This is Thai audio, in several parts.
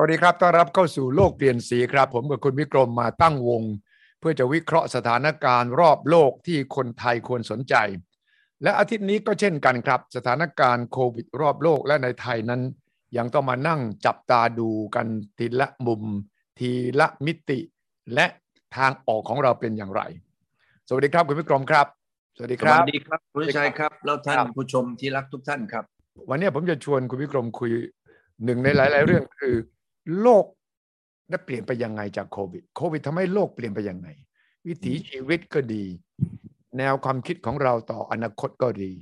วัสดีครับ ต้อนรับเข้าสู่โลกเปลี่ยนสีครับ ผมกับคุณวิกรมมาตั้งวง เพื่อจะวิเคราะห์สถานการณ์รอบโลกที่คนไทยควรสนใจ และอาทิตย์นี้ก็เช่นกันครับ สถานการณ์โควิดรอบโลกและในไทยนั้น ยังต้องมานั่งจับตาดูกันทีละมุม ทีละมิติ และทางออกของเราเป็นอย่างไร สวัสดีครับคุณวิกรมครับ สวัสดี ส ครับ วัสดีครับคุณวิชัยครับ แล้วท่าน ครับ ผู้ชมที่รักทุกท่านครับ วันนี้ผมจะชวนคุณวิกรมคุยหนึ่งในหลาย ๆ เรื่องคือ โลกได้เปลี่ยนไปยังไงจากโควิด โควิดทำให้โลกเปลี่ยนไปยังไง วิถีชีวิตก็ดี แนวความคิดของเราต่ออนาคตก็ดี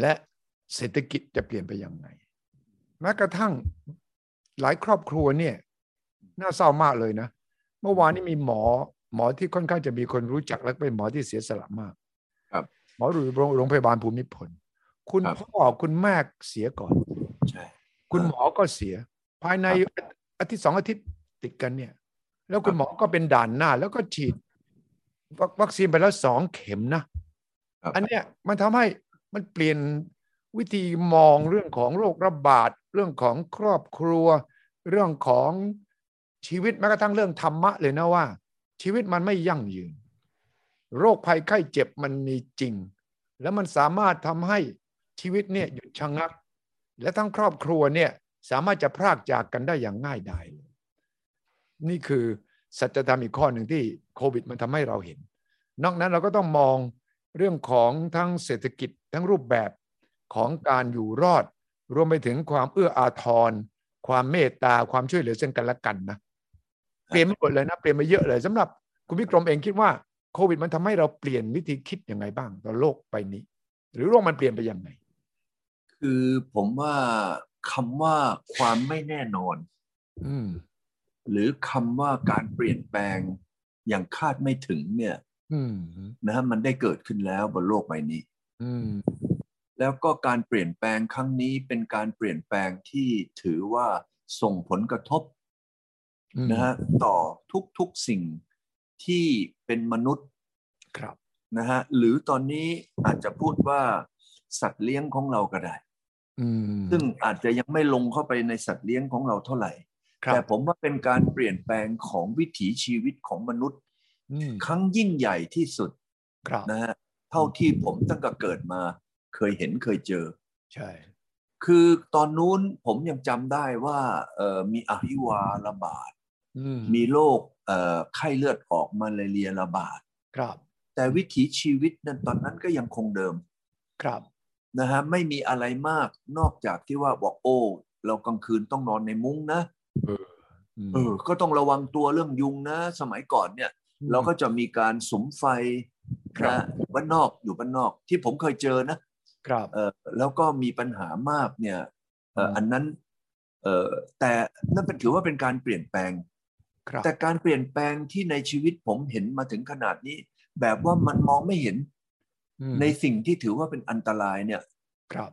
และเศรษฐกิจจะเปลี่ยนไปยังไงแม้กระทั่งหลายครอบครัวเนี่ย น่าเศร้ามากเลยนะ เมื่อวานนี้มีหมอ หมอที่ค่อนข้างจะมีคนรู้จักและเป็นหมอที่เสียสละมาก ครับ หมออยู่โรงโรงพยาบาลภูมิพล คุณ ครับ พ่อคุณแม่เสียก่อน ใช่ คุณหมอก็เสีย ภายในอาทิตย์สองอาทิตย์ติดกันเนี่ย แล้วคุณหมอก็เป็นด่านหน้า แล้วก็ฉีดวัควัคซีนไปแล้วสองเข็มนะ ครับ อันเนี้ยมันทำให้มันเปลี่ยนวิธีมองเรื่องของโรคระบาด เรื่องของครอบครัว เรื่องของชีวิตแม้กระทั่งเรื่องธรรมะเลยนะว่า ชีวิตมันไม่ยั่งยืน โรคภัยไข้เจ็บมันมีจริง แล้วมันสามารถทำให้ชีวิตเนี่ยหยุดชะงัก และทั้งครอบครัวเนี่ยสามารถจะพรากจากกันได้อย่างง่ายดายเลยนี่คือสัจธรรมอีกข้อหนึ่งที่โควิดมันทำให้เราเห็น นอกนั้นเราก็ต้องมองเรื่องของทั้งเศรษฐกิจทั้งรูปแบบของการอยู่รอด รวมไปถึงความเอื้ออาทร ความเมตตาความช่วยเหลือซึ่งกันและกันนะเปลี่ยนไม่หมดเลยนะเปลี่ยนไปเยอะเลยสำหรับคุณวิกรมเองคิดว่าโควิดมันทำให้เราเปลี่ยนวิธีคิดยังไงบ้างต่อโลกใบนี้ หรือโลกมันเปลี่ยนไปยังไง คือผมว่าคำว่าความไม่แน่นอน อืม หรือคำว่าการเปลี่ยนแปลงอย่างคาดไม่ถึงเนี่ย อืม นะฮะมันได้เกิดขึ้นแล้วบนโลกใบนี้ อืม แล้วก็การเปลี่ยนแปลงครั้งนี้เป็นการเปลี่ยนแปลงที่ถือว่าส่งผลกระทบ อืม นะฮะต่อทุกๆสิ่งที่เป็นมนุษย์ ครับ นะฮะหรือตอนนี้อาจจะพูดว่าสัตว์เลี้ยงของเราก็ได้ อืม ซึ่งอาจจะยังไม่ลงเข้าไปในสัตว์เลี้ยงของเราเท่าไหร่ ครั แต่ บ ผมว่าเป็นการเปลี่ยนแปลงของวิถีชีวิตของมนุษย์ อืม ครั้งยิ่งใหญ่ที่สุด ครับ นะฮะเท่าที่ผมตั้งแต่เกิดมา เคยเห็นเคยเจอ ใช่ คือตอนนู้นผมยังจำได้ว่าเอ่อมีอหิวาระบาด อืม มีโรคเอ่อไข้เลือดออกมาลาเรียระบาด ครับ แต่วิถีชีวิตนั้นตอนนั้นก็ยังคงเดิม ครับ นะฮะไม่มีอะไรมากนอกจากที่ว่าบอกโอ้ เรากลางคืนต้องนอนในมุ้งนะ อืม เออก็ต้องระวังตัวเรื่องยุงนะ สมัยก่อนเนี่ย เราก็จะมีการสมไฟ ครับ นะอยู่บ้านนอกอยู่บ้านนอกที่ผมเคยเจอนะครับ เออแล้วก็มีปัญหามากเนี่ยเออ อืม อันนั้นเออแต่นั่นเป็นถือว่าเป็นการเปลี่ยนแปลง ครับ แต่การเปลี่ยนแปลงที่ในชีวิตผมเห็นมาถึงขนาดนี้ แบบว่ามันมองไม่เห็น อืม ในสิ่งที่ถือว่าเป็นอันตรายเนี่ย ครับ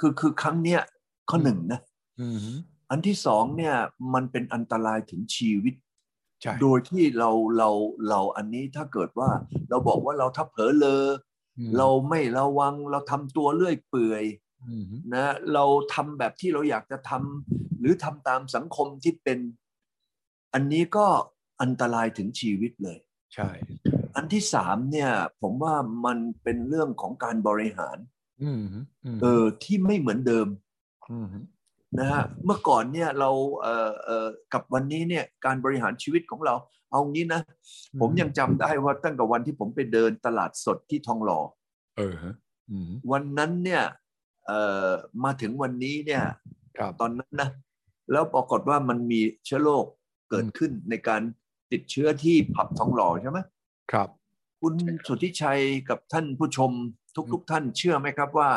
คือคือครั้งเนี้ยข้อหนึ่งนะ อืม อันที่สองเนี่ยมันเป็นอันตรายถึงชีวิต ใช่ โดยที่เราเราเราอันนี้ถ้าเกิดว่าเราบอกว่าเราถ้าเผลอเลอ อืม เราไม่ระวังเราทำตัวเลื่อยเปื่อย อืม นะเราทำแบบที่เราอยากจะทำหรือทำตามสังคมที่เป็น อันนี้ก็อันตรายถึงชีวิตเลย ใช่ อันที่สามเนี่ยผมว่ามันเป็นเรื่องของการบริหาร อืมอืม เออที่ไม่เหมือนเดิม อืม นะฮะเมื่อก่อนเนี่ยเราเอ่อเอ่อกับวันนี้เนี่ยการบริหารชีวิตของเราเอางี้นะ ผมยังจำได้ว่าตั้งแต่วันที่ผมไปเดินตลาดสดที่ทองหล่อ เออฮะอืม วันนั้นเนี่ยเอ่อมาถึงวันนี้เนี่ย ครับ ตอนนั้นนะแล้วปรากฏว่ามันมีเชื้อโรคเกิดขึ้นในการติดเชื้อที่ผับทองหล่อใช่ไหม ครับ คุณสุทธิชัยกับท่านผู้ชมทุกๆท่านเชื่อไหมครับว่า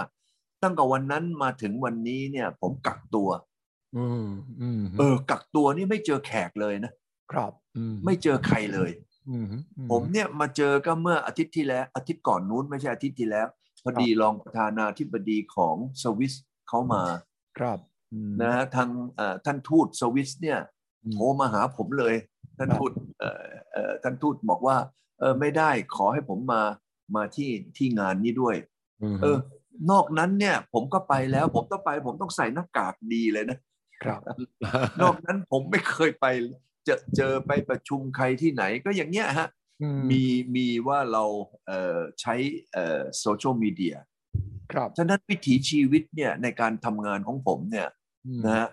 ตั้งแต่วันนั้นมาถึงวันนี้เนี่ยผมกักตัว อืมอืม เออกักตัวนี่ไม่เจอแขกเลยนะ ครับอืม ไม่เจอใครเลย อืม ผมเนี่ยมาเจอก็เมื่ออาทิตย์ที่แล้ว อาทิตย์ก่อนนู้นไม่ใช่อาทิตย์ที่แล้ว พอดีรองประธานาธิบดีของสวิสเขามา ครับอืม นะฮะทางเอ่อท่านทูตสวิสเนี่ย อืม โทรมาหาผมเลย ท่าน ครับ ทูตเอ่อเอ่อท่านทูตบอกว่าเออไม่ได้ขอให้ผมมามาที่ที่งานนี้ด้วย ม เออนอกนั้นเนี่ยผมก็ไปแล้วผมต้องไปผมต้องใส่หน้ากากดีเลยนะ ครับ นอกนั้นผมไม่เคยไปเจอเจอไปประชุมใครที่ไหนก็อย่างเนี้ยฮะ อื มีมีว่าเราเอ่อใช้เอ่อโซเชียลมีเดีย ครับ ฉะนั้นวิถีชีวิตเนี่ยในการทำงานของผมเนี่ยนะฮะ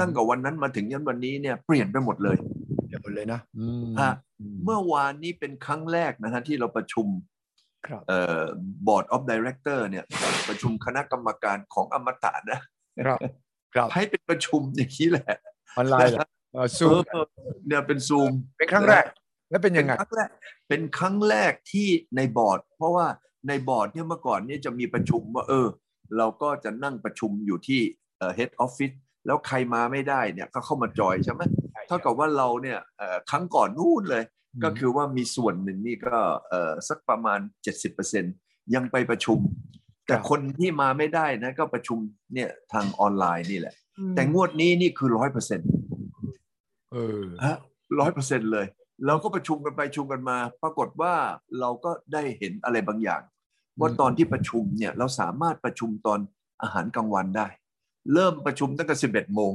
ตั้งแต่วันนั้นมาถึงยันวันนี้เนี่ยเปลี่ยนไปหมดเลย เดี๋ยวเลยนะอืม ฮะ เมื่อวานนี้เป็นครั้งแรกนะฮะที่เราประชุม ครับ เอ่อบอร์ดออฟดีเรคเตอร์เนี่ยประชุมคณะกรรมการของอมตะนะครับ ครับ ให้เป็นประชุมอย่างนี้แหละ ออนไลน์เหรอเอ่อซูม เออเนี่ยเป็นซูม เป็นครั้งแรก แล้วเป็นยังไง เป็นครั้งแรกเป็นครั้งแรกที่ในบอร์ด เพราะว่าในบอร์ดเนี่ยเมื่อก่อนเนี่ยจะมีประชุมว่าเออ เราก็จะนั่งประชุมอยู่ที่เอ่อ head office แล้วใครมาไม่ได้เนี่ยก็เข้ามาจอยใช่ไหมเท่ากับว่าเราเนี่ยเอ่อครั้งก่อนนู่นเลย ก็คือว่ามีส่วนหนึ่งนี่ก็เอ่อสักประมาณ 70%ยังไปประชุม แต่ ครับ คนที่มาไม่ได้นะก็ประชุมเนี่ยทางออนไลน์นี่แหละ แต่งวดนี้นี่คือร้อยเปอร์เซ็น เออ ฮะร้อยเปอร์เซ็นเลย เราก็ประชุมกันไปประชุมกันมา ปรากฏว่าเราก็ได้เห็นอะไรบางอย่าง ว่า อืม ตอนที่ประชุมเนี่ยเราสามารถประชุมตอนอาหารกลางวันได้ เริ่มประชุมตั้งแต่สิบเอ็ดโมง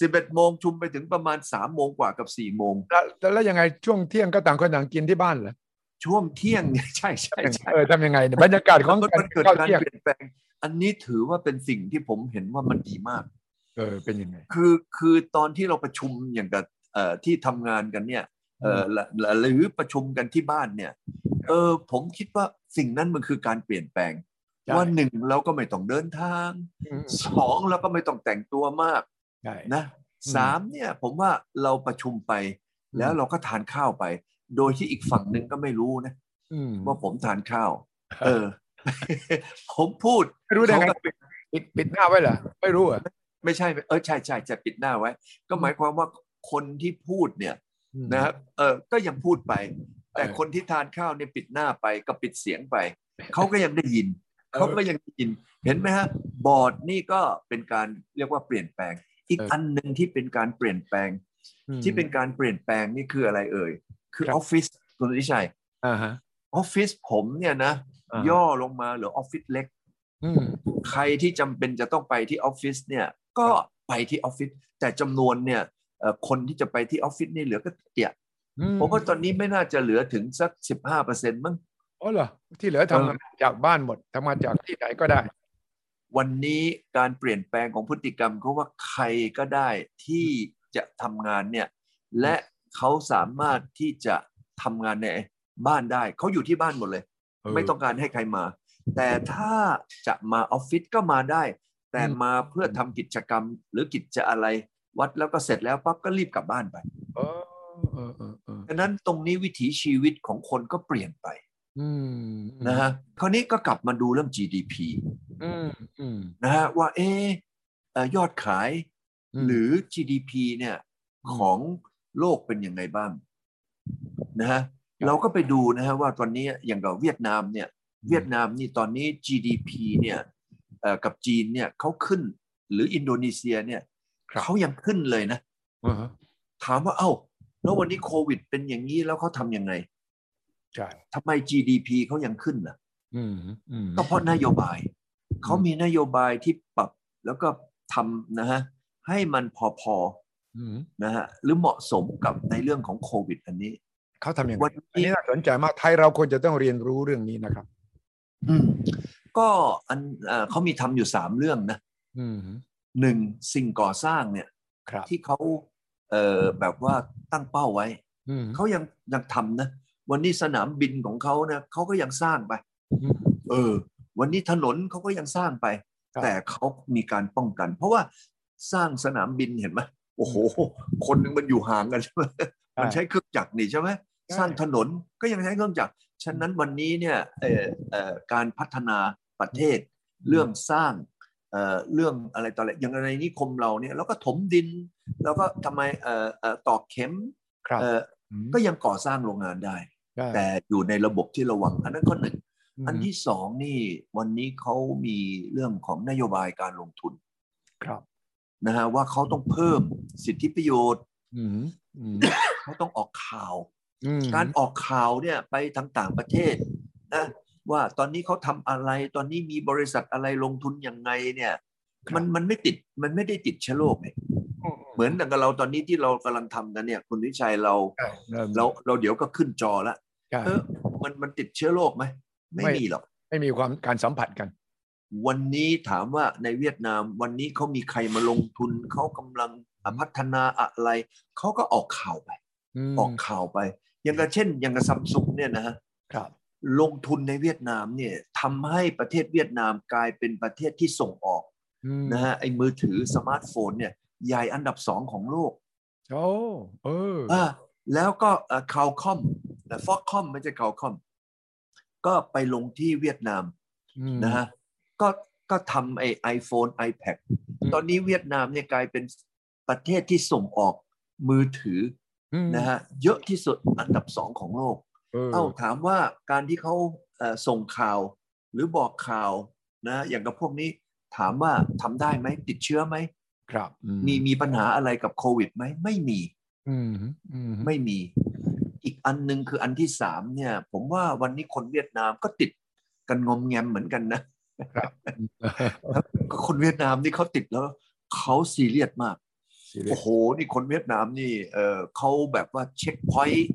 สิบเอ็ดโมงชุมไปถึงประมาณสามโมงกว่ากับสี่โมง แล้วแล้วแล้วยังไงช่วงเที่ยงก็ต่างคนต่างกินที่บ้านเหรอ ช่วงเที่ยงเนี่ย ใช่ใช่ใช่ เออทำยังไงเนี่ยบรรยากาศของ มัน การ มันเกิด เข้าว การ เที่ยง เปลี่ยนแปลง อันนี้ถือว่าเป็นสิ่งที่ผมเห็นว่ามันดีมาก เออเป็นยังไง คือคือตอนที่เราประชุมอย่างกับเอ่อที่ทำงานกันเนี่ยเอ่อละละหรือประชุมกันที่บ้านเนี่ยเออผมคิดว่าสิ่งนั้นมันคือการเปลี่ยนแปลง ใช่ ว่าหนึ่งเราก็ไม่ต้องเดินทาง อืม สองเราก็ไม่ต้องแต่งตัวมาก ใช่ นะสามเนี่ยผมว่าเราประชุมไป อืม แล้วเราก็ทานข้าวไป โดยที่อีกฝั่งหนึ่งก็ไม่รู้นะ อืม ว่าผมทานข้าว เออ ผมพูด ไม่รู้ได้ไง เขาก็ ปิดปิดปิดหน้าไว้เหรอไม่รู้เหรอ่ะ ไม่ใช่เออใช่ใช่จะปิดหน้าไว้ ก็หมายความว่าคนที่พูดเนี่ย นะฮะเออก็ยังพูดไป แต่คนที่ทานข้าวเนี่ยปิดหน้าไปก็ปิดเสียงไป เขาก็ยังได้ยิน เขาก็ยังได้ยิน เห็นไหมฮะ บอร์ดนี่ก็เป็นการเรียกว่าเปลี่ยนแปลง อีกอันหนึ่งที่เป็นการเปลี่ยนแปลง ที่เป็นการเปลี่ยนแปลงนี่คืออะไรเอ่ย คือ ครั อบ อฟฟิศคุณทิชัย อ่าฮะ ออฟฟิศผมเนี่ยนะ า ย่อลงมาเหลือออฟฟิศเล็ก อืม ใครที่จำเป็นจะต้องไปที่ออฟฟิศเนี่ย ก็ไปที่ออฟฟิศ แต่จำนวนเนี่ยเอ่อคนที่จะไปที่ออฟฟิศนี่เหลือก็เตีย ผมว่าตอนนี้ไม่น่าจะเหลือถึงสัก 15%มั้ง อ๋อเหรอที่เหลือ เออ ทำงานจากบ้านหมดทำงานจากที่ไหนก็ได้ วันนี้การเปลี่ยนแปลงของพฤติกรรมก็ว่าใครก็ได้ที่จะทำงานเนี่ย และเขาสามารถที่จะทำงานในบ้านได้ เขาอยู่ที่บ้านหมดเลย เ ไม่ต้องการให้ใครมา แต่ถ้าจะมาออฟฟิศก็มาได้ แต่ อืม มาเพื่อทำกิจกรรมหรือกิจจะอะไรวัดแล้วก็เสร็จแล้วปั๊บก็รีบกลับบ้านไป เออเออเออเออ ดังนั้นตรงนี้วิถีชีวิตของคนก็เปลี่ยนไป อืม นะฮะคราวนี้ก็กลับมาดูเรื่อง GDP อืมอืม นะฮะว่าเอะเอ่อยอดขาย ม หรือ GDP เนี่ยของโลกเป็นยังไงบ้างนะฮะเราก็ไปดูนะฮะว่าตอนนี้อย่างกับเวียดนามเนี่ยเวียดนามนี่ตอนนี้ GDP เนี่ยเอ่อกับจีนเนี่ยเขาขึ้นหรืออินโดนีเซียเนี่ย ครับ เขายังขึ้นเลยนะ อ่าฮะ ถามว่าเอ้า แล้ววันนี้โควิดเป็นอย่างนี้แล้วเขาทำยังไง ใช่ ทำไม GDP เขายังขึ้นล่ะ อืมอืม ก็เพราะนโยบาย เขามีนโยบายที่ปรับแล้วก็ทำนะฮะให้มันพอ อืม ๆนะฮะหรือเหมาะสมกับในเรื่องของโควิด อันนี้ เขาทำยังไง วัน อัน นี้ นี้น่าสนใจมากไทยเราควรจะต้องเรียนรู้เรื่องนี้นะครับ อืมก็อันเอ่อเขามีทำอยู่สามเรื่องนะ อืม หนึ่งสิ่งก่อสร้างเนี่ย ครับ ที่เขาเอ่อแบบว่าตั้งเป้าไว้ อืม เขายังยังทำนะ วันนี้สนามบินของเขานะเขาก็ยังสร้างไป อืม เออ วันนี้ถนนเขาก็ยังสร้างไป ครับ แต่เขามีการป้องกัน เพราะว่าสร้างสนามบินเห็นไหมโอ้โห คนหนึ่งมันอยู่ห่างกันใช่ไหมมันใช้เครื่องจักรนี่ใช่ไหม ใช่ สร้างถนนก็ยังใช้เครื่องจักรฉะนั้นวันนี้เนี่ยเอ่อเอ่อการพัฒนาประเทศ เรื่องสร้างเอ่อเรื่องอะไรต่ออะไรอย่างในนิคมเราเนี่ยเราก็ถมดิน แล้วก็ทำไมเอ่อเอ่อตอกเข็ม ครับ เอ่อก็ยังก่อสร้างโรงงานได้ ใช่ แต่อยู่ในระบบที่ระวัง อันนั้นข้อหนึ่ง ม อันที่สองนี่วันนี้เขามีเรื่องของนโยบายการลงทุน ครับ นะฮะว่าเขาต้องเพิ่มสิทธิประโยชน์ อืมอืม เขาต้องออกข่าว อืม การออกข่าวเนี่ยไปทางต่างประเทศนะว่าตอนนี้เขาทำอะไรตอนนี้มีบริษัทอะไรลงทุนยังไงเนี่ย ครับ มันมันไม่ติดมันไม่ได้ติดเชื้อโรคเนี่ยเหมือนกับเราตอนนี้ที่เรากำลังทำกันเนี่ย คุณวิชัยเรา ใช่ริ่ม เราเราเดี๋ยวก็ขึ้นจอละ ใช่ เออมันมันติดเชื้อโรคไหมไม่ ไม่ มีหรอก ไม่มีความการสัมผัสกัน วันนี้ถามว่าในเวียดนามวันนี้เขามีใครมาลงทุนเขากำลังพัฒนาอะไรเขาก็ออกข่าวไป อืม ออกข่าวไป อย่างกับเช่น อย่างกับซัมซุงเนี่ยนะฮะ ครับ ลงทุนในเวียดนามเนี่ยทำให้ประเทศเวียดนามกลายเป็นประเทศที่ส่งออก อืม นะฮะไอ้มือถือสมาร์ทโฟนเนี่ยใหญ่อันดับสองของโลก โอ้เออ อ่าแล้วก็ข่าวคอมฟอกคอมไม่ใช่ข่าวคอมก็ไปลงที่เวียดนาม ม นะฮะก็ก็ทำไอไอโฟนไอแพด อืม ตอนนี้เวียดนามเนี่ยกลายเป็นประเทศที่ส่งออกมือถือ อืม นะฮะเยอะที่สุดอันดับสองของโลก เออ เอ้าถามว่าการที่เขาเอ่อส่งข่าวหรือบอกข่าวนะอย่างกับพวกนี้ถามว่าทำได้ไหมติดเชื้อไหม ครับอื มีมีปัญหาอะไรกับโควิดไหมไม่มี อืมอืม ไม่มี อีกอันหนึงคืออันที่สามเนี่ย ผมว่าวันนี้คนเวียดนามก็ติดกันงอมแงมเหมือนกันนะ คนเวียดนามนี่เขาติดแล้วเขาซีเรียสมาก ซีเรีย โอ้ ส โห นี่คนเวียดนามนี่เออเขาแบบว่าเช็คพอยต์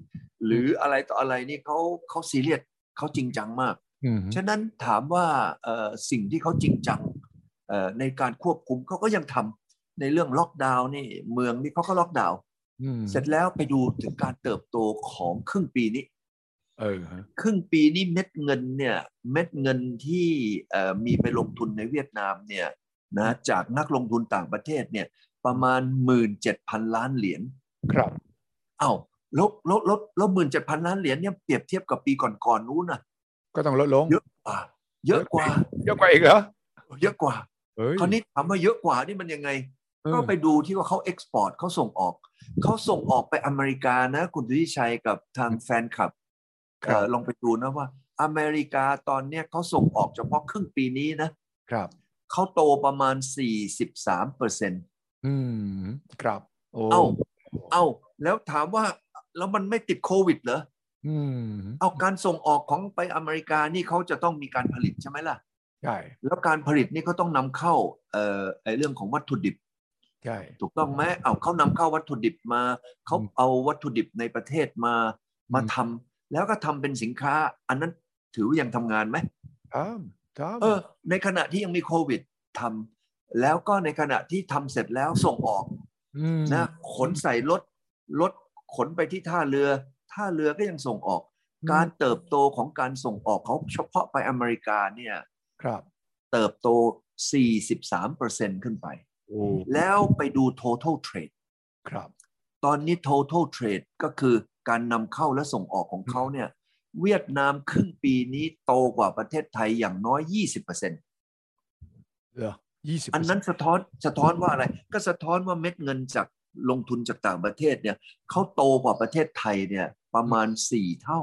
หรืออะไรต่ออะไรนี่เขาเขาซีเรียสเขาจริงจังมาก อืม ฉะนั้นถามว่าเอ่อสิ่งที่เขาจริงจังเอ่อในการควบคุมเขาก็ยังทำในเรื่องล็อกดาวน์นี่เมืองนี่เขาก็ล็อกดาวน์ อืม เสร็จแล้วไปดูถึงการเติบโตของครึ่งปีนี้ เออฮะ ครึ่งปีนี้เม็ดเงินเนี่ยเม็ดเงินที่เอ่อมีไปลงทุนในเวียดนามเนี่ยนะจากนักลงทุนต่างประเทศเนี่ยประมาณ 17,000 ล้านเหรียญ ครับ เอา้าลบลบลบลบหมื่นเจ็ดพันล้านเหรียญเนี่ยเปรียบเทียบกับปีก่อนๆนู้นนะ ก็ต้องลดลง เยอะกว่าเยอะกว่า เยอะกว่าอีกเหรอ เยอะกว่า เฮ้ย คราวนี้ถามว่าเยอะกว่านี่มันยังไง เออ ก็ไปดูที่ว่าเขาเอ็กซ์พอร์ตเขาส่งออก เขาส่งออกไปอเมริกานะ คุณทวิชัยกับทางแฟนคลับเอ่อลองไปดูนะว่า อเมริกาตอนเนี้ยเขาส่งออกเฉพาะครึ่งปีนี้นะครับ เขาโตประมาณ 43เปอร์เซ็นต์ อืมครับ โอ้ เอ้าเอ้าแล้วถามว่าแล้วมันไม่ติดโควิดเหรอ อืม เอาการส่งออกของไปอเมริกานี่เขาจะต้องมีการผลิตใช่ไหมล่ะ ใช่ แล้วการผลิตนี่เขาต้องนำเข้าเอ่อไอเรื่องของวัตถุดิบ ใช่ ถูกต้องไหมเอาเขานำเข้าวัตถุดิบมา เขาเอาวัตถุดิบในประเทศมา มาทำแล้วก็ทำเป็นสินค้า อันนั้นถือว่ายังทำงานไหม ทำทำ เออ ในขณะที่ยังมีโควิดทำแล้วก็ในขณะที่ทำเสร็จแล้วส่งออก ม นะขนใส่รถรถขนไปที่ท่าเรือ ท่าเรือก็ยังส่งออก การเติบโตของการส่งออกเขาเฉพาะไปอเมริกาเนี่ย ครับ เติบโต 43%ขึ้นไป โอ้ แล้วไปดู total trade ครับ ตอนนี้ total trade ก็คือการนำเข้าและส่งออกของเขาเนี่ย เวียดนามครึ่งปีนี้โตกว่าประเทศไทยอย่างน้อย 20%อ เหรอยี่สิบั นนั้นสะท้อนสะท้อนว่าอะไร ก็สะท้อนว่าเม็ดเงินจากลงทุนจากต่างประเทศเนี่ยเขาโตกว่าประเทศไทยเนี่ยประมาณ 4 เท่า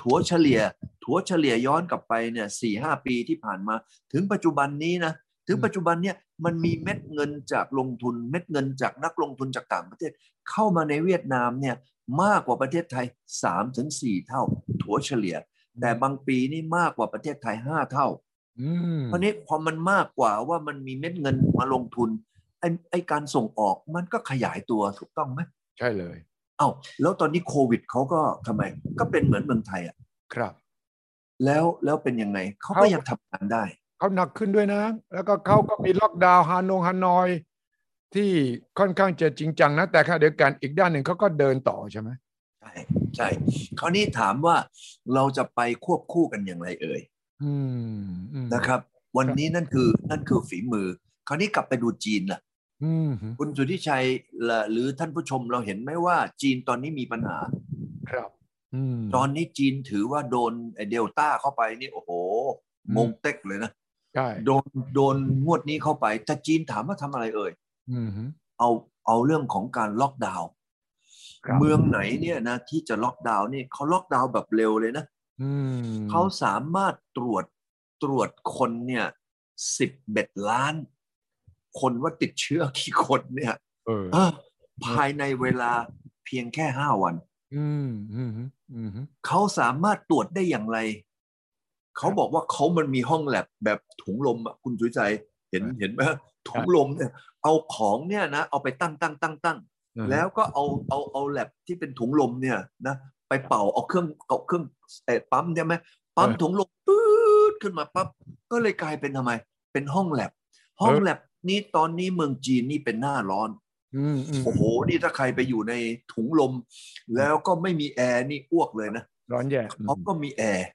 ถัวเฉลี่ย ถัวเฉลี่ยย้อนกลับไปเนี่ยสี่ห้าปีที่ผ่านมา ถึงปัจจุบันนี้นะ ถึงปัจจุบันเนี่ยมันมีเม็ดเงินจากลงทุน เม็ดเงินจากนักลงทุนจากต่างประเทศ เข้ามาในเวียดนามเนี่ยมากกว่าประเทศไทย3ถึง4เท่า ถัวเฉลี่ย แต่บางปีนี่มากกว่าประเทศไทย 5 เท่า อืม เพราะนี้พอมันมากกว่าว่ามันมีเม็ดเงินมาลงทุนไอ้ไอการส่งออกมันก็ขยายตัวถูกต้องไหม ใช่เลย เอ้าแล้วตอนนี้โควิดเขาก็ทำไม ก็เป็นเหมือนเมืองไทยอะ ครับ แล้วแล้วเป็นยังไงเขาก็ยังทำงานได้ เขาหนักขึ้นด้วยนะ แล้วก็เขาก็มีล็อกดาวน์ฮานงฮานอย ที่ค่อนข้างจะจริงจังนะ แต่ขณะเดียวกันอีกด้านหนึ่งเขาก็เดินต่อใช่ไหม ใช่ใช่คราวนี้ถามว่าเราจะไปควบคู่กันอย่างไรเอ่ย อืมอืม นะครับ วันนี้นั่นคือนั่นคือฝีมือ คราวนี้กลับไปดูจีนล่ะ อืม คุณสุทธิชัยล่ะหรือท่านผู้ชมเราเห็นไหมว่าจีนตอนนี้มีปัญหา ครับ อืม ตอนนี้จีนถือว่าโดนไอ้เดลต้าเข้าไปนี่โอ้โห อืม งงเต็กเลยนะ ใช่ โดนโดนงวดนี้เข้าไป แต่จีนถามว่าทำอะไรเอ่ย อืม เอาเอาเรื่องของการล็อกดาวน์ ครับ เมืองไหนเนี่ยนะที่จะล็อกดาวน์นี่เขาล็อกดาวน์แบบเร็วเลยนะ อืม เขาสามารถตรวจตรวจคนเนี่ยสิบเอ็ดล้าน คนว่าติดเชื้อกี่คนเนี่ย เออ เออภายในเวลาเพียงแค่ห้าวัน อืมอืมอืม เขาสามารถตรวจได้อย่างไร เขาบอกว่าเขามันมีห้องแลบแบบถุงลมอ่ะคุณจุยใจ เห็นเห็นไหมถุงลมเนี่ยเอาของเนี่ยนะเอาไปตั้งตั้งตั้งตั้งแล้วก็เอาเอาเอาแลบที่เป็นถุงลมเนี่ยนะไปเป่าเอาเครื่องเอาเครื่องเอ่อปั๊มใช่ยไหมปั๊มถุงลมปื๊ดขึ้นมาปั๊บก็เลยกลายเป็นทำไม เป็นห้องแลบห้องแลบนี้ตอนนี้เมืองจีนนี่เป็นหน้าร้อน อืมอืม โอ้โห นี่ถ้าใครไปอยู่ในถุงลม แล้วก็ไม่มีแอร์นี่อ้วกเลยนะ ร้อนแย่ เขาก็มีแอร์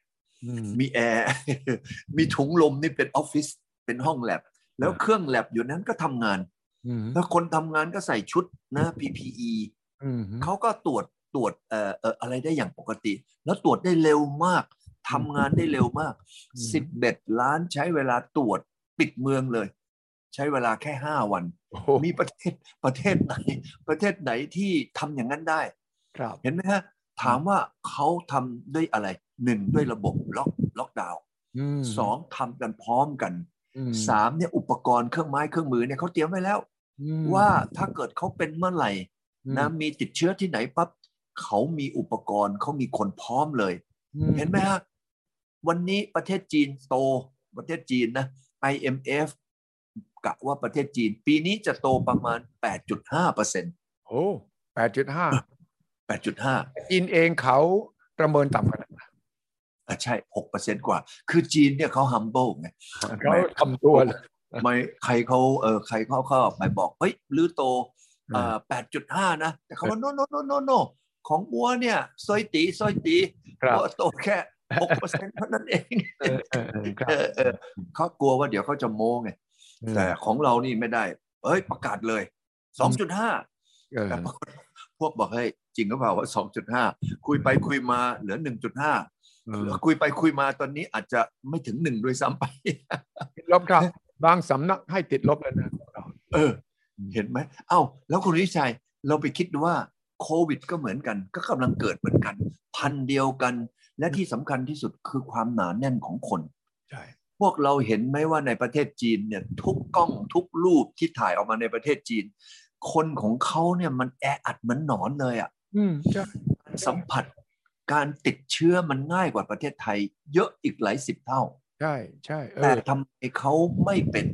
อืม มีแอร์ มีถุงลมนี่เป็นออฟฟิศเป็นห้องแลบแล้วเครื่องแลบอยู่นั้นก็ทำงาน อืม แล้วคนทำงานก็ใส่ชุดนะ PPE อืม เขาก็ตรวจตรวจเอ่อเอ่ออะไรได้อย่างปกติ แล้วตรวจได้เร็วมากทำงานได้เร็วมาก อืม สิบเอ็ดล้านใช้เวลาตรวจปิดเมืองเลย ใช้เวลาแค่ห้าวัน โอ้โห มีประเทศประเทศไหน ประเทศไหนที่ทำอย่างนั้นได้ ครับ เห็นไหมฮะ ถามว่าเขาทำด้วยอะไรหนึ่งด้วยระบบล็อกล็อกดาวน์ ม สองทำกันพร้อมกัน อืม สามเนี่ยอุปกรณ์เครื่องไม้เครื่องมือเนี่ยเขาเตรียมไว้แล้ว อืม ว่าถ้าเกิดเขาเป็นเมื่อไหร่ อืม นะมีติดเชื้อที่ไหนปั๊บเขามีอุปกรณ์เขามีคนพร้อมเลย อื เห็นไหมฮะวันนี้ประเทศจีนโตประเทศจีนนะ IMF กะว่าประเทศจีน ปีนี้จะโตประมาณ 8.5เปอร์เซ็นต์ โอ้แปดจุดห้า 8.5 จีนเองเขาประเมินต่ำกันนะ อ่ะใช่6เปอร์เซ็นต์กว่า คือจีนเนี่ยเขา humble ไง เขาทำตัวเลย ไม่ใครเขาเออใครเขาเข้าไปบอกเฮ้ยลือโตเอ่อแปดจุดห้านะ แต่เขาว่าโนโนโนโนโนของบัวเนี่ยซอยตีซอยตี ครับ บัวโตแค่หกเปอร์เซ็นต์เท่านั้นเอง เออเออเออครั เอบ อเออเขากลัวว่าเดี๋ยวเขาจะโม้ไงแต่ของเรานี่ไม่ได้ เอ้ยประกาศเลยสองจุดห้า เออ แต่พวกพวกบอกเฮ้ยจริงหรือเปล่าว่าสองจุดห้าคุยไปคุยมาเหลือหนึ่งจุดห้า เออ คุยไปคุยมาตอนนี้อาจจะไม่ถึงหนึ่งด้วยซ้ำไป ติดลบครับ บางสำนักให้ติดลบแล้วนะ เออ เห็นไหม เอ้า แล้วคุณวิชัย เราไปคิดดูว่าโควิดก็เหมือนกัน ก็กำลังเกิดเหมือนกัน พันธุ์เดียวกัน และที่สำคัญที่สุดคือความหนาแน่นของคน ใช่ พวกเราเห็นไหมว่าในประเทศจีนเนี่ยทุกกล้องทุกรูปที่ถ่ายออกมาในประเทศจีน คนของเขาเนี่ยมันแออัดเหมือนหนอนเลยอะ่ะ อืมใช่ การสัมผัสการติดเชื้อมันง่ายกว่าประเทศไทย เยอะอีกหลายสิบเท่า ใช่ใช่เอ แต่ อ ทำไมเขาไม่เป็น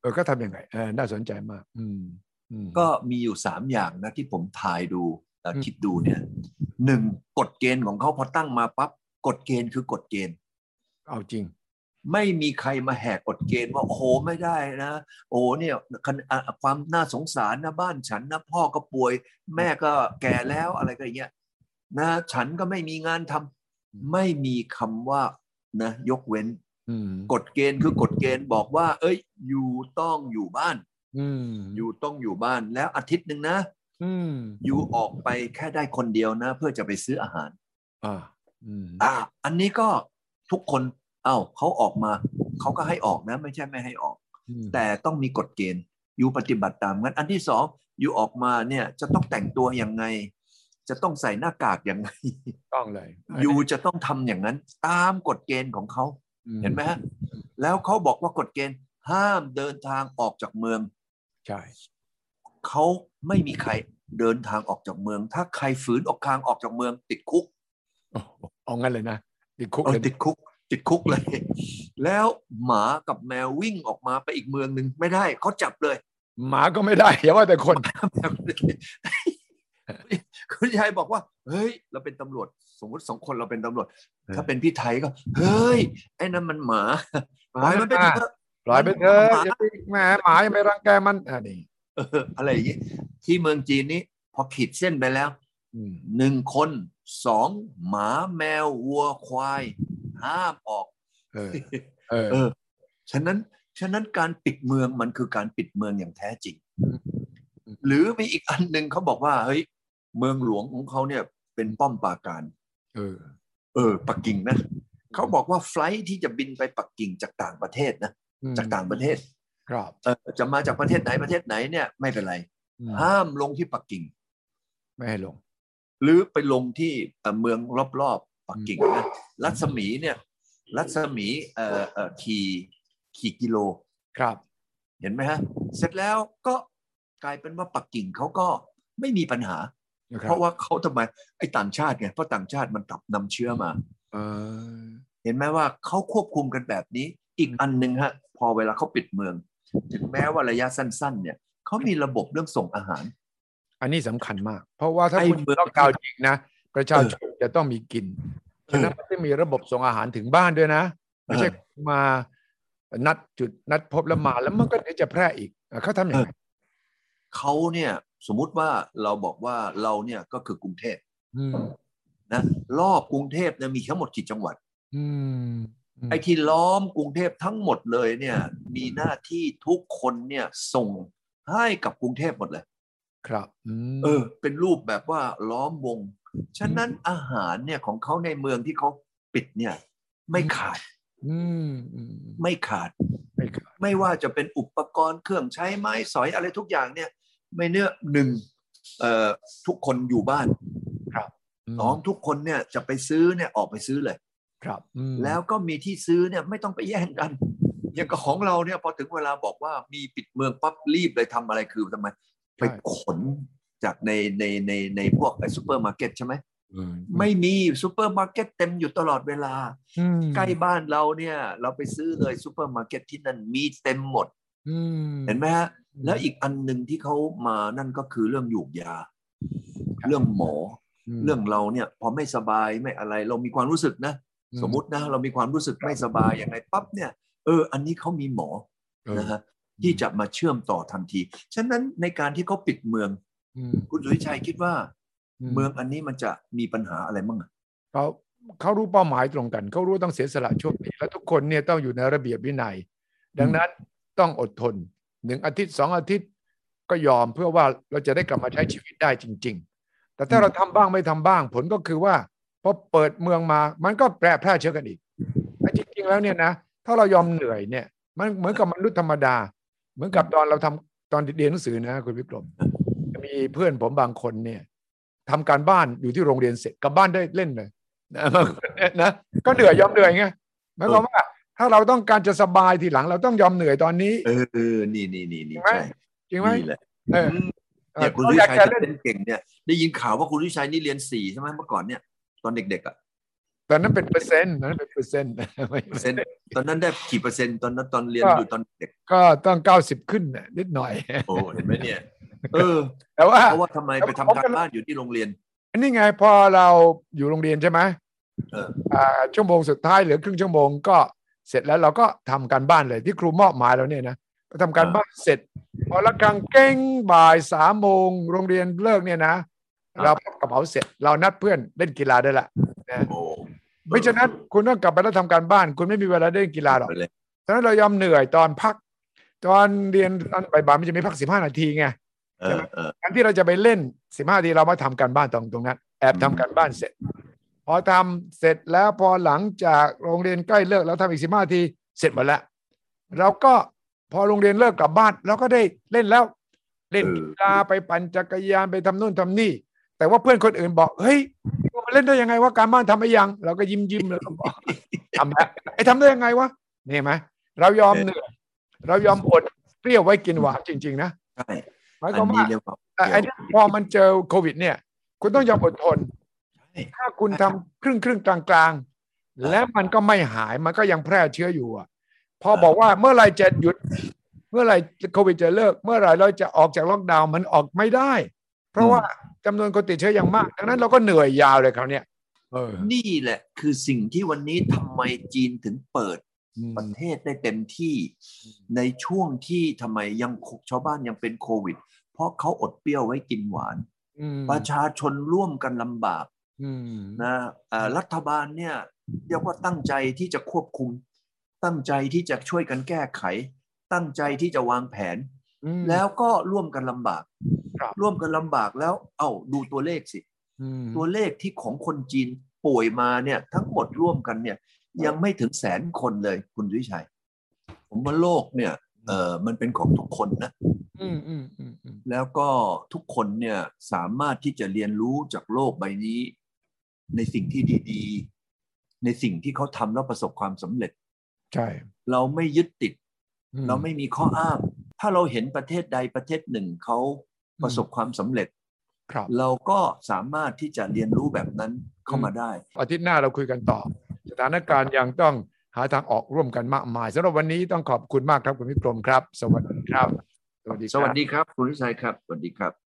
เออก็ทำยังไงเออน่าสนใจมาก อืมอืม ก็มีอยู่สามอย่างนะที่ผมทายดูเอ่อ อืม คิดดูเนี่ยหนึ่งกฎเกณฑ์ของเขาพอตั้งมาปั๊บกฎเกณฑ์คือกฎเกณฑ์ เอาจริง ไม่มีใครมาแหกกฎเกณฑ์ว่าโอ้โหไม่ได้นะ โอ้โหเนี่ยคันอ่ะความน่าสงสารนะบ้านฉันนะพ่อก็ป่วย แม่ก็แก่แล้วอะไรก็อย่างเงี้ยนะฉันก็ไม่มีงานทำไม่มีคำว่านะยกเว้น อืม กฎเกณฑ์คือกฎเกณฑ์บอกว่า เอ้ย อยู่ต้องอยู่บ้าน อืม อยู่ต้องอยู่บ้านแล้วอาทิตย์หนึ่งนะ อืม ยูออกไปแค่ได้คนเดียวนะ เพื่อจะไปซื้ออาหาร อ่าอืม อ่า อันนี้ก็ทุกคน เอ้าเขาออกมา เขาก็ให้ออกนะ ไม่ใช่ไม่ให้ออก อืม แต่ต้องมีกฎเกณฑ์ยูปฏิบัติตามงั้น อันที่สองยูออกมาเนี่ยจะต้องแต่งตัวยังไง จะต้องใส่หน้ากากยังไง ต้องเลย ยูจะต้องทำอย่างนั้น ตามกฎเกณฑ์ของเขา อื เห็นไหมฮะแล้วเขาบอกว่ากฎเกณฑ์ห้ามเดินทางออกจากเมือง ใช่ เขาไม่มีใครเดินทางออกจากเมือง ถ้าใครฝืนออกทางออกจากเมืองติดคุก โอ้โหเอางั้นเลยนะติดคุก เอ เล อย นะ ติดคุกติดคุกเลย แล้วหมากับแมววิ่งออกมาไปอีกเมืองหนึ่งไม่ได้เขาจับเลย หมาก็ไม่ได้อย่าว่าแต่คน คุณยายบอกว่า เฮ้ย เราเป็นตำรวจ สมมติสองคนเราเป็นตำรวจ ถ้าเป็นพี่ไทยก็ เฮ้ย ไอ้นั่นมันหมาปล่อยมันไปเถอะ ปล่อยไปเถอะ หมา อย่าไปแหมหมายังไม่รังแกมันอ่านี่ เอออะไรอย่างนี้ที่เมืองจีนนี้ พอขีดเส้นไปแล้ว อืม หนึ่งคนสองหมาแมววัวควายห้ามออก เออเออ เออ ฉะนั้น ฉะนั้นการปิดเมืองมันคือการปิดเมืองอย่างแท้จริง อืม หรือมีอีกอันหนึ่งเขาบอกว่า เฮ้ย เมืองหลวงของเขาเนี่ยเป็นป้อมปราการ เออ เออ ปักกิ่งนะ เขาบอกว่าไฟลท์ที่จะบินไปปักกิ่งจากต่างประเทศนะ อืม จากต่างประเทศ ครับ เออ จะมาจากประเทศไหนประเทศไหนเนี่ยไม่เป็นไร อืม ห้ามลงที่ปักกิ่ง ไม่ให้ลง หรือไปลงที่เอ่อเมืองรอบๆปักกิ่งนะ รัศมีเนี่ย รัศมี เอ่อเอ่อขี่ขี่กิโล ครับ เห็นไหมฮะ เสร็จแล้วก็กลายเป็นว่าปักกิ่งเขาก็ไม่มีปัญหา นะครับ เพราะว่าเขาทำไมไอ้ต่างชาติไงเพราะต่างชาติมันกลับนำเชื้อมา เออ เห็นไหมว่าเขาควบคุมกันแบบนี้ อีกอันหนึ่งฮะ พอเวลาเขาปิดเมือง ถึงแม้ว่าระยะสั้น ๆ เนี่ยเขามีระบบเรื่องส่งอาหาร อันนี้สำคัญมาก เพราะว่าถ้า ไอ้ คุณ เมือง ล็อกดาวน์จริงนะประชาชนจะต้องมีกิน เออ ฉะนั้นมันจะมีระบบส่งอาหารถึงบ้านด้วยนะ ไม่ใช่มานัดจุดนัดพบแล้วมาแล้วมันก็เดี๋ยวจะแพร่อีกอ่ะเขาทำอย่างไร เขาเนี่ยสมมุติว่าเราบอกว่าเราเนี่ยก็คือกรุงเทพ อืม นะรอบกรุงเทพเนี่ยมีทั้งหมดกี่จังหวัด อืมม ไอ้ที่ล้อมกรุงเทพทั้งหมดเลยเนี่ยมีหน้าที่ทุกคนเนี่ยส่งให้กับกรุงเทพหมดเลย ครับอืม เออ เป็นรูปแบบว่าล้อมวง ฉะนั้นอาหารเนี่ยของเขาในเมืองที่เขาปิดเนี่ยไม่ขาด มอืม ไม่ขาด ไม่ครับ ไม่ว่าจะเป็นอุปกรณ์เครื่องใช้ไม้สอยอะไรทุกอย่างเนี่ย ไม่เนื้อหนึ่งเอ่อทุกคนอยู่บ้านสองทุกคนเนี่ยจะไปซื้อเนี่ยออกไปซื้อเลย ครับอืม แล้วก็มีที่ซื้อเนี่ยไม่ต้องไปแย่งกัน อย่างกับของเราเนี่ยพอถึงเวลาบอกว่ามีปิดเมืองปั๊บรีบเลยทำอะไรคือทำไมไปขนจากในในในในพวกไอ้ซูเปอร์มาร์เก็ตใช่ไหม เออ ไม่มีซูเปอร์มาร์เก็ตเต็มอยู่ตลอดเวลา อืม ใกล้บ้านเราเนี่ยเราไปซื้อเลยซูเปอร์มาร์เก็ตที่นั่นมีเต็มหมด อืม เห็นไหมฮะแล้วอีกอันหนึ่งที่เขามานั่นก็คือเรื่องหยูกยา ครับ เรื่องหมอ ม เรื่องเราเนี่ยพอไม่สบายไม่อะไรเรามีความรู้สึกนะ อื สมมุตินะเรามีความรู้สึกไม่สบายอย่างไรปั๊บเนี่ยเอออันนี้เขามีหมอ เออ นะฮะที่จะมาเชื่อมต่อทันที ฉะนั้นในการที่เขาปิดเมือง อืม คุณสุริชัยคิดว่า เมืองอันนี้มันจะมีปัญหาอะไรบ้างอะ เขาเขารู้เป้าหมายตรงกัน เขารู้ว่าต้องเสียสละช่วงนี้แล้วทุกคนเนี่ยต้องอยู่ในระเบียบวินัย ดังนั้นต้องอดทนหนึ่งอาทิตย์สองอาทิตย์ก็ยอมเพื่อว่าเราจะได้กลับมาใช้ชีวิตได้จริง ๆ แต่ถ้าเราทำบ้างไม่ทำบ้างผลก็คือว่าพอเปิดเมืองมามันก็แพร่แพร่เชื้อกันอีกแต่จริงๆแล้วเนี่ยนะถ้าเรายอมเหนื่อยเนี่ย มันเหมือนกับมนุษย์ธรรมดา เหมือนกับตอนเราทำตอนเรียนหนังสือนะคุณวิกรมมีเพื่อนผมบางคนเนี่ยทำการบ้านอยู่ที่โรงเรียนเสร็จกลับบ้านได้เล่นเลย นะบางคนเนี่ยนะก็เหนื่อยยอมเหนื่อยไงหมายความว่า ถ้าเราต้องการจะสบายทีหลังเราต้องยอมเหนื่อยตอนนี้ เออเออนี่นี่นี่นี่ ใช่ไหม จริใช่งไหม นี่แหละ เออ อืมเนี่ยคุณ เรา สุริ อยาก ชัย จะ จะ เล่น เป็นเก่งเนี่ยได้ยินข่าวว่าคุณสุริชัยนี่เรียนสี่ใช่ไหมเมื่อก่อนเนี่ยตอนเด็กๆอ่ะ ตอนนั้นเป็นเปอร์เซ็นต์ตอนนั้นเป็นเปอร์เซ็นต์ ไม่ เปอร์เซ็นต์ตอนนั้นได้กี่เปอร์เซ็นต์ตอนนั้นตอนเรียนอยู่ตอนเด็ก ก็ต้องเก้าสิบขึ้นน่ะนิดหน่อย โอ้เห็นไหมเนี่ยเออ แต่ว่า เพราะว่าทำไมไปทำการบ้านอยู่ที่โรงเรียน อันนี้ไงพอเราอยู่โรงเรียนใช่ไหม เออ อ่าชั่วโมงสุดท้ายเหลือครึ่งชั่วโมงก็เสร็จแล้วเราก็ทำการบ้านเลยที่ครูมอบหมายเราเนี่ยนะก็ทำการบ้านเสร็จ พอละกลางเก้งบ่ายสามโมงโรงเรียนเลิกเนี่ยนะ เราพับกระเป๋าเสร็จ เรานัดเพื่อนเล่นกีฬาได้ละ โอ้ ไม่ฉะนั้นคุณต้องกลับไปแล้วทำการบ้าน คุณไม่มีเวลาเล่นกีฬาหรอก ไปเลย ตอนนั้นเรายอมเหนื่อยตอนพัก ตอนเรียนตอนบ่ายๆมันจะมีพักสิบห้านาทีไง เออเออ การที่เราจะไปเล่นสิบห้านาทีเรามาทำการบ้านตรงตรงนั้น แอบ อืม ทำการบ้านเสร็จ พอทำเสร็จแล้วพอหลังจากโรงเรียนใกล้เลิกเราทำอีกสิบห้านาทีเสร็จหมดแล้วเราก็พอโรงเรียนเลิกกลับบ้านเราก็ได้เล่นแล้ว เล่นกีฬาไปปั่นจักรยานไปทำนู่นทำนี่ แต่ว่าเพื่อนคนอื่นบอกเฮ้ยมันเล่นได้ยังไงว่าการบ้านทำไปยัง เราก็ยิ้มยิ้มๆแล้วก็บอกทำแล้วไอ้ทำได้ยังไงวะนี่เห็นไหมเรายอมเหนื่อยเรายอมอดเปรี้ยวไว้กินหวานจริง ๆ นะ ใช่ หมายค อั วาม นนี้ ว่า เรียกว่า แต่ไอ้เนี่ยพอมันเจอโควิด เนี่ย คุณต้องยอมอดทน ใช่ ถ้าคุณทำครึ่งครึ่งกลางกลางๆ และมันก็ไม่หายมันก็ยังแพร่เชื้ออยู่อะพอบอกว่าเมื่อไหรจะหยุด เมื่อไหรโควิดจะเลิก เมื่อไหรเราจะออกจากล็อกดาวน์มันออกไม่ได้ เพราะว่าจำนวนคนติดเชื้อยังมาก ดังนั้นเราก็เหนื่อยยาวเลยคราวเนี้ยเออ นี่แหละคือสิ่งที่วันนี้ทำไมจีนถึงเปิด อืม ประเทศได้เต็มที่ในช่วงที่ทำไมยังชาวบ้านยังเป็นโควิด เพราะเขาอดเปรี้ยวไว้กินหวาน อืม ประชาชนร่วมกันลำบาก อืม นะเอ่อรัฐบาลเนี่ยเรียกว่าตั้งใจที่จะควบคุม ตั้งใจที่จะช่วยกันแก้ไข ตั้งใจที่จะวางแผน อืม แล้วก็ร่วมกันลำบาก ครับ ร่วมกันลำบากแล้ว เอ้าดูตัวเลขสิ อืม ตัวเลขที่ของคนจีนป่วยมาเนี่ยทั้งหมดร่วมกันเนี่ยยังไม่ถึงแสนคนเลยคุณวิชัย ผมว่าโลกเนี่ยเออมันเป็นของทุกคนนะ อืมอืมอืมอืม แล้วก็ทุกคนเนี่ยสามารถที่จะเรียนรู้จากโลกใบนี้ ในสิ่งที่ดีๆ ในสิ่งที่เขาทำแล้วประสบความสำเร็จ ใช่ เราไม่ยึดติด อื เราไม่มีข้ออ้าง ถ้าเราเห็นประเทศใดประเทศหนึ่งเขาประสบความสำเร็จ ครับ เราก็สามารถที่จะเรียนรู้แบบนั้นเข้ามาได้ อาทิตย์หน้าเราคุยกันต่อ สถานการณ์ยังต้อง หาทางออกร่วมกันมากมายสำหรับวันนี้ต้องขอบคุณมากครับคุณพิกรมครับ สวัสดีครับ สวัสดีครับคุณวิชัยครับสวัสดีครับ